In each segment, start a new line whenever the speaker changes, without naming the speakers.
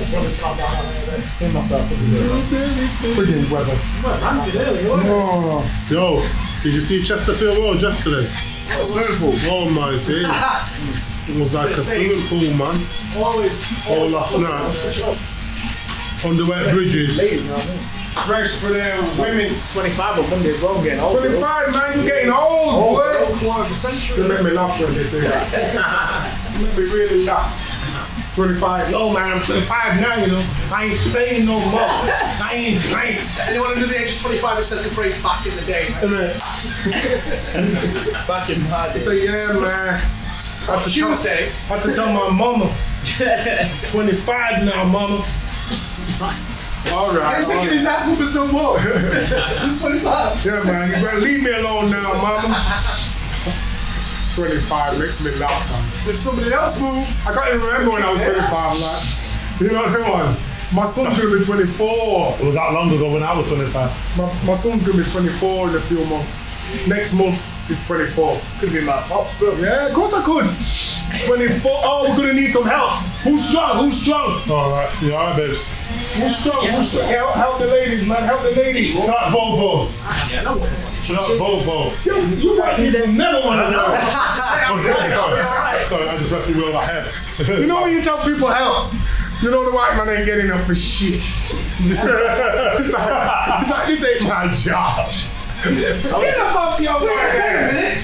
Jag tror du ska bara
Det är en massa freaking weather.
Well, Randy really, wasn't it?
Oh,
Yo, did you see Chesterfield Road yesterday? Oh my days. It was like a swimming pool, man.
Always.
All last night. On the wet bridges.
ladies, you know what I mean?
Fresh for them women.
25 of them days well getting old. Oh, though.
25, man, you getting old, boy.
Old quarter of a
They
century.
make me laugh when they say that. make me really laugh. 25, no man, I'm 25 now, you know. I ain't staying no more. I ain't playing.
Anyone under the age of 25 that says the phrase back in the day, man. Back in my day.
So yeah, man. Had to, tell,
Tuesday.
had to tell my mama. 25 now, mama. All right. all right.
asking for some more. I'm 25.
Yeah, man, you better leave me alone now, mama. 25 makes me laugh, man.
If somebody else moved,
I can't even remember when I was 25, like, you know what I mean? My son's gonna be 24.
It was that long ago when I was 25.
My, my son's gonna be 24 in a few months. Next month, he's 24.
could be my pop.
Oh, Yeah, of course I could. 24. Oh, we're gonna need some help. Who's strong? Who's strong?
Alright, you alright, babes?
Who's strong? Who's strong? Help, help the ladies, man. Help the ladies.
Shut up, Volvo.
Yeah, no one.
Shut up, Volvo.
You, you, want- you never wanna know.
Oh, sorry, sorry. Sorry, I just left you with all my head.
You know when you tell people help, you know the white man ain't getting enough for shit. it's, like, it's like, this ain't my job.
Oh,
Get up off your way.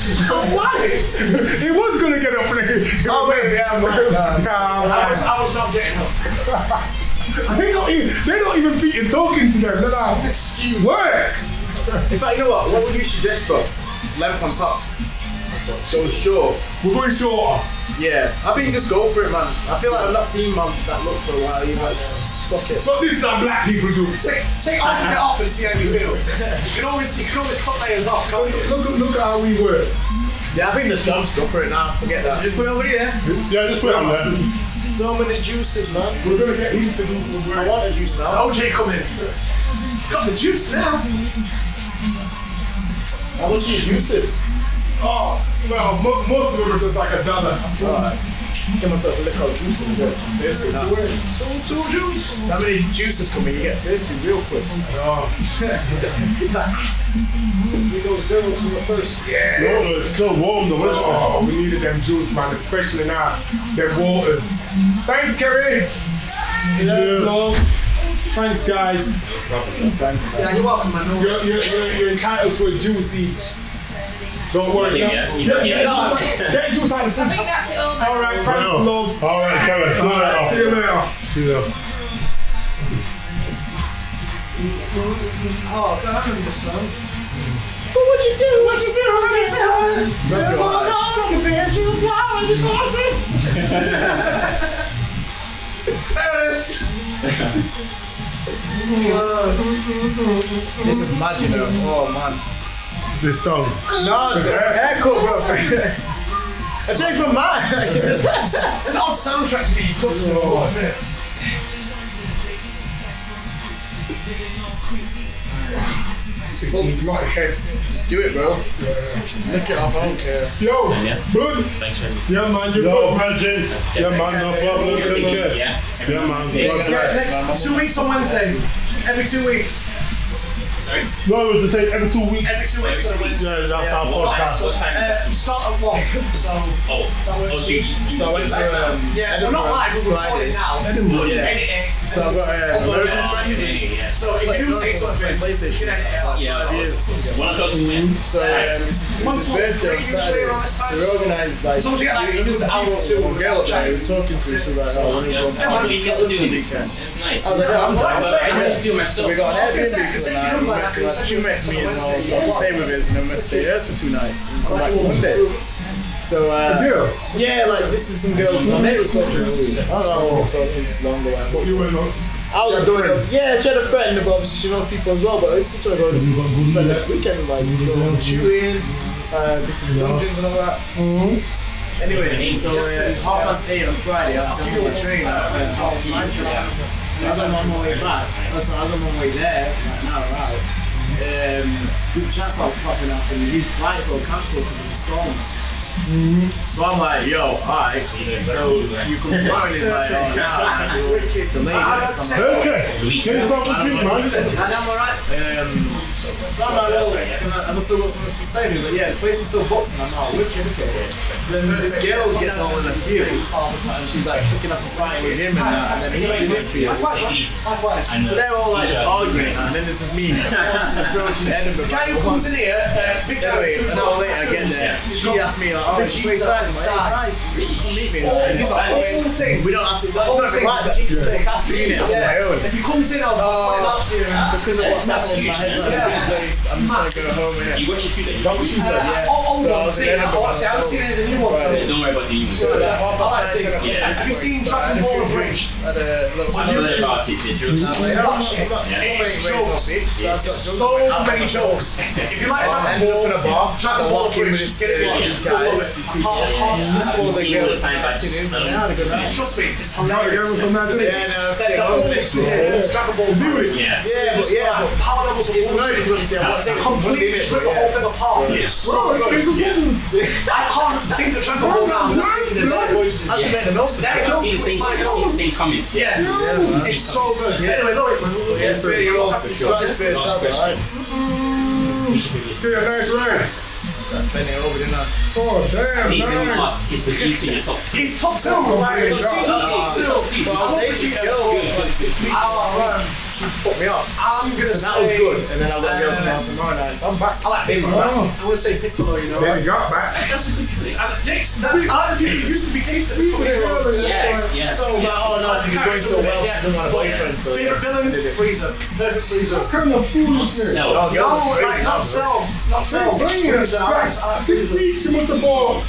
Why?
He was gonna get up there.
Oh, wait, yeah, my God. I was,
Nah,
I was not getting up.
man. they, don't even, they don't even think you're talking to them. They're like,
Excuse
work.
In fact, you know what? What would you suggest, bro? Length on top. So sure.
We're going shorter.
Yeah. I think just go for it, man. I feel like I've not seen man that look for a while. You like, fuck it.
But this is how black people do. it.
Take, take half of it off and see how you feel. You can always, you can always cut layers off, can't you?
Look, at- look at how we work.
Yeah, I think the scum's go for it now. Forget that. Just put it over here.
yeah, just put it on there.
So many juices, man.
We're gonna get him to do some
I
work.
want a juice now. OJ coming. Got the juice now. How much are your juices?
Oh, well, mo- most of them are just like a dollar.
Alright. Get myself a little juice in there. Thirsty now. So, so juice. How many juices come in? You get thirsty real quick. we go zero to the first. Yeah.
No, no, it's still warm, the winter.
Oh, we needed them juice, man, especially now. Them waters. Thanks, Kerry.
Yeah.
So, Thanks, guys.
Thanks, man. Yeah, you're welcome, man.
You're, you're, you're, you're entitled to a juice each. Don't worry.
Yeah, you don't-
yeah, Get juice out of the
I
fridge.
think that's it all.
All right, thanks, love.
All right, Kevin, slow that off.
See you later.
See you.
Oh, God, I remember the song.
Let's go.
Ernest! this is mad, you know. Oh, man.
This song.
No, it's haircut, bro. I changed my mind. it's, it's an odd soundtrack to be cut to. Oh.
It's my head.
Just do it, bro. Lick it off, I don't care.
Yo,
Yeah.
good.
Thanks for everything.
Yeah, man, you're
Yo,
good.
Bridget. Yeah, man, no problem. Take care.
Yeah.
Yeah, man.
Yeah.
God bless.
next two weeks on Wednesday. Every two weeks.
No, it was the same every two weeks.
Every two weeks on Wednesday.
Yeah, that's our
What time?
podcast.
What time?
Uh, start at one, so
Oh, oh, so you, you
So I went to um,
Yeah,
Edinburgh
we're not live,
on
we're
Friday.
recording now.
Edinburgh, yeah.
Editing.
So I've got uh, American
Oh,
friend.
yeah, yeah. So
So if
Like,
you say something,
PlayStation.
you can edit it out.
Yeah.
Five years.
when I go to win,
So um, it's, it's
Once
his
more,
birthday on
usually around this
Saturday.
time.
They were organised like
Someone's getting, like,
he was
an
out
hour
to
or
one girl that he was talking to, so like, oh, when you go
I
back,
believe
it's
you to
got
do
the
this.
weekend.
It's nice.
I was like, yeah, I'm
Like I said,
I
glad.
used to do it
So we
myself.
got an
I was
Airbnb
gonna
for the
say,
night.
I said,
We went to
you
like two
know,
mates, me and all,
Wednesday,
so we
yeah.
stay with us, and then we stay hers for two nights. and Come back Monday. So uh,
Yeah.
yeah, like this is some girl my mate was talking to. I don't know, we've been talking this long or whatever.
But you were not.
I was
She had a
doing
friend.
it. Yeah, she had a friend, but obviously she knows people as well. But it's such a good spend that weekend, like you know, shooting, uh, bits of dungeons and all that. Anyway, so uh, half past eight on Friday, I was on my train, uh, half past nine train. So I was on my way back. Also, I was on my way there, like an hour out. Um, group chat starts popping up, and these flights all cancelled because of the storms.
Mm-hmm.
So I'm like, yo, all right. So you come to mine, it's like, oh, nah, man, well, it's the lady. So I'm like,
Okay. Get yourself a drink, man.
and I'm alright. Um, so I'm like, well, can I, have I still got something to say? He's like, yeah, the place is still booked. And I'm like, wicked, okay. So then this girl gets on with the fields, and she's like kicking up and fighting with him and that, and then he his fields. So they're all like just arguing, and then this is me approaching Edinburgh. Guy who comes in here, uh, anyway, an hour later I get there. She asks me, like, oh, this place is nice, it's nice. You should come meet me. And he's like, oh, we don't have to. That's nothing like that. Just take after you on my own. If he comes in, I'll oh, because of what's happening in my head. Like, yeah. place, I'm just trying to go home. Yeah.
You watch the food that you watch.
yeah. so I was in Edinburgh. myself.
Don't worry about the news.
So that half past nine, seven
Yeah.
o'clock. Have you seen Dragon Ball Bridge at a little
I know that about it. The drugs.
So many jokes. If you like
I ended up in a bar.
Dragon Ball Bridge, just get it. Just love it. That's all they
all
go.
the time, but
That's it,
um,
isn't it? Trust me, it's
Now
hilarious.
give us some nice
Yeah, no, it's like, oh, it's- it's Dragon Ball Bridge.
yeah.
Yeah, but yeah, but power levels of
It's not
bullshit.
because they want
They completely strip the whole thing apart.
Yes.
Well, it's- it's-
Yeah.
I can't think the track of all now without thinking the dead voices.
That's the most of
That
I've seen the
is
same. I've seen the same comments.
Yeah, it's so good. Anyway, Lorik, man.
Yeah, so you're all for sure.
Scottish beer,
Last
sounds alright.
Give you a nice round.
That's bending over, didn't I?
Oh, damn,
He's in the
nice.
mask. He's the duty in the top.
He's top two, like,
Top
top
two,
top two.
top two.
Well, they should go like six weeks. She's put me up. I'm gonna so that was good, and then I let go
um,
now tomorrow night. So I'm back. I like Piccolo.
Oh.
I would say Piccolo, you know.
Then he got back.
That's Next, that other people used to be Dicks. So
Yeah. Yeah.
like, oh no, you're going so well. Yeah. My boyfriend. So favorite villain, Freezer. Perfect Freezer.
What kind of foolishness?
No.
Oh, no, like, not sell, not sell.
Oh, brilliant.
Freezer, I like- I
Right.
like
Six
Freezer.
weeks, you must have bought.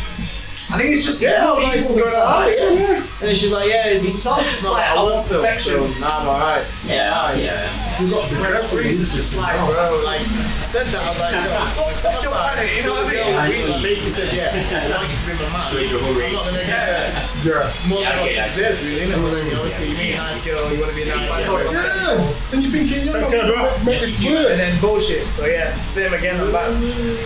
I think it's just yeah,
I
like,
was
people going out.
like, yeah, yeah.
And then she's like, yeah, it's it's not just like I want still. So, nah, I'm alright.
Yeah. Oh,
Nah,
Yeah.
You got the
Whereas
best
Freezer's
freeze.
just like, bro, like, I said that, I was like, yo, it's not like, you know what I mean? Like, basically says, yeah, I want you to be my man.
Straight your
I'm
whole
not
race.
gonna get
Yeah.
more
Yeah,
than what
okay,
she
yeah.
deserves, really, innit? But then, obviously, you meet a nice girl, you wanna be a nice girl.
Yeah. And you're thinking, you're not
Okay, bro.
going to make this
And
work.
then bullshit. So yeah, same again. I'm back.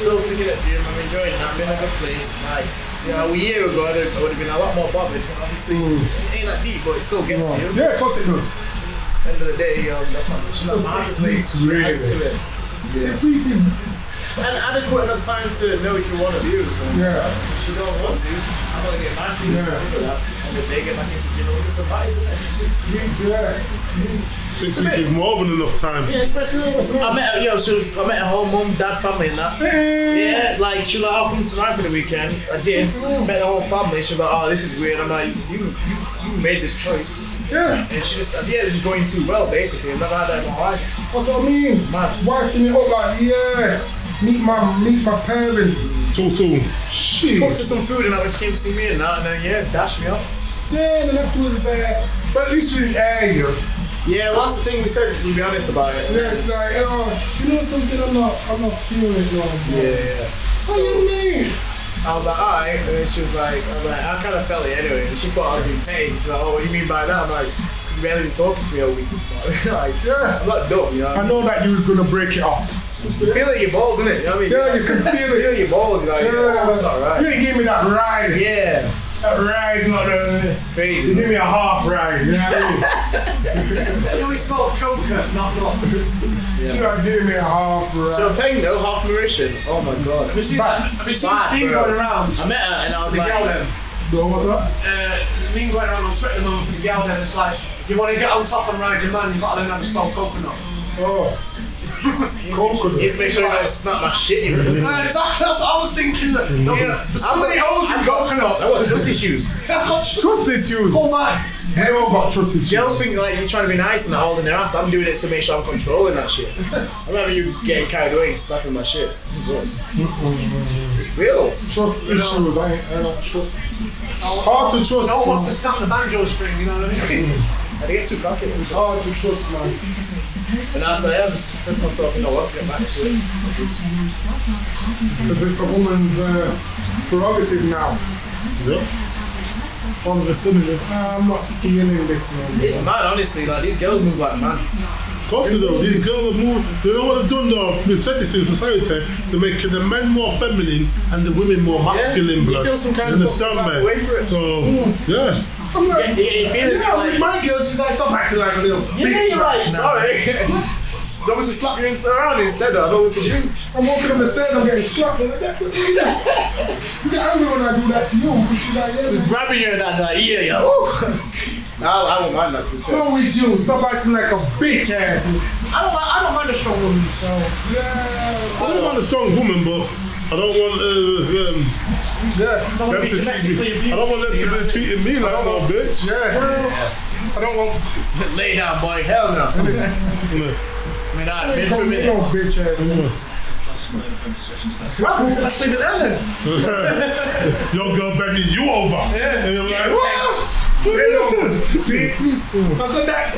Still sticking at gym. I'm enjoying it. I'm in a good place. Like, you know, a year ago, I'd have, I would have been a lot more bothered. But obviously, it ain't that deep, but it still gets to you.
Yeah, of course it does.
End of the day, um, that's not. She's
So
not my
six
place.
weeks,
She adds
really.
to it.
Six weeks is,
It's an adequate enough time to know if you want to be with someone.
yeah.
If you don't want to, I'm gonna get my feet
Yeah.
over that. And if they get back into gym, we'll survive. isn't it?
Six weeks, yeah. Six weeks.
Six weeks is more than enough time.
Yeah, it's
That's
I
nice.
met her, yo, so I met her whole mum, dad, family, and that. Yeah, like she was like, I'll come tonight for the weekend. I did. Met the whole family. She was like, oh, this is weird. I'm like, you, you, you made this choice.
Yeah.
And she just, yeah, this is going too well, basically. I've never had that in my life.
That's what I mean.
Mad.
Wifing it up like, yeah. Meet my meet my parents.
Too soon.
Cooked her
Shit.
some food and that, when she came to see me and that, and then, yeah, dashed me up.
Yeah, the left was there. But at least you air you.
Yeah, well, that's the thing we said, we'll be honest about it.
Yeah, it's like, oh, you know something, I'm not I'm not feeling it no more.
Yeah, yeah, yeah.
What do you mean?
I was like, alright. And then she was like, I was like, I kind of felt it anyway. And she thought I was in pain. She's like, oh, what do you mean by that? I'm like, you barely been talking to me all week. like,
Yeah.
I'm not dumb, you know?
I know that you was gonna break it off.
You feel it in your balls, innit? You know what I mean?
Yeah, you can feel
You
it.
feel it in your balls, you're like, yeah, that's
You
alright.
didn't give me that ride.
Yeah.
That ride, not
uh,
the.
Crazy.
You give me a half ride. You know what I mean?
we smelled coca, not not.
You don't give me a half ride.
So Peng though, half Mauritian. Oh my god.
Have you seen that? Have you seen that
Bad,
meme
bro.
going around?
I met her and I was
The
like,
gal then.
Go, what's up?
Uh, meme going around on Twitter at the moment for the gal then. It's like, you want to get on top and ride your man, you've got to learn how to spell coconut.
Oh,
you just make sure you don't snap my shit in really.
Uh, exactly, that's what I was thinking. That, no,
Yeah.
There's so many holes in coconut.
I got trust issues.
trust issues.
Oh man,
Everyone got trust issues.
Girls think like you're trying to be nice and they're holding their ass. I'm doing it to make sure I'm controlling that shit. I'm having you getting carried away and snapping my shit. It's real.
Trust issues. I ain't, I ain't not trust. Hard to trust.
no one wants to
man.
sound the banjo string, you know what I mean?
I get too cocky.
It's hard to trust, man.
And I said, I just said to myself, you know what, get back to it. Just-
Because it's a woman's uh, prerogative now.
Yeah.
All of a sudden, it's, ah, I'm not feeling this no more.
It's mad, honestly. Like these girls move like mad.
course they do. These girls have moved. You know what they've done though? We've said this in society to make the men more feminine and the women more masculine. blood.
feel some kind
You
of
understand,
type of
man?
way for it.
So yeah,
Yeah, it feels
Yeah,
like.
with my girl, she's like, stop acting like a little
Yeah,
bitch
you're
right
right,
now.
sorry. don't want to slap you and sit around instead, I don't know what to do.
I'm walking on the sand, I'm getting slapped. I'm like, that could do that. You get angry when I do that to you. She's like, yeah, man.
Grabbing you in that, that ear, yeah. Ooh.
I, I don't mind that. To be fair.
What's wrong with you? Stop acting like a bitch ass.
I don't, mind- I don't mind a strong woman, so.
I don't want a strong woman, but I don't want uh, um,
Yeah.
I
them
don't
to treat me. I don't want them to be treating me like no bitch.
Yeah. I don't want
Lay down, boy. Hell no. I
No.
mean, I've been for a
don't need no
minute.
bitch ass.
Well, let's leave it there then.
Your girl bending you over. And you're like, what?
I said that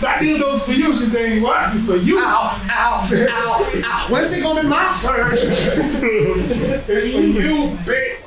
that dildo's for you. She's saying what? It's for you.
Ow, ow, ow, ow. When's it going to matter?
It's for you, bitch.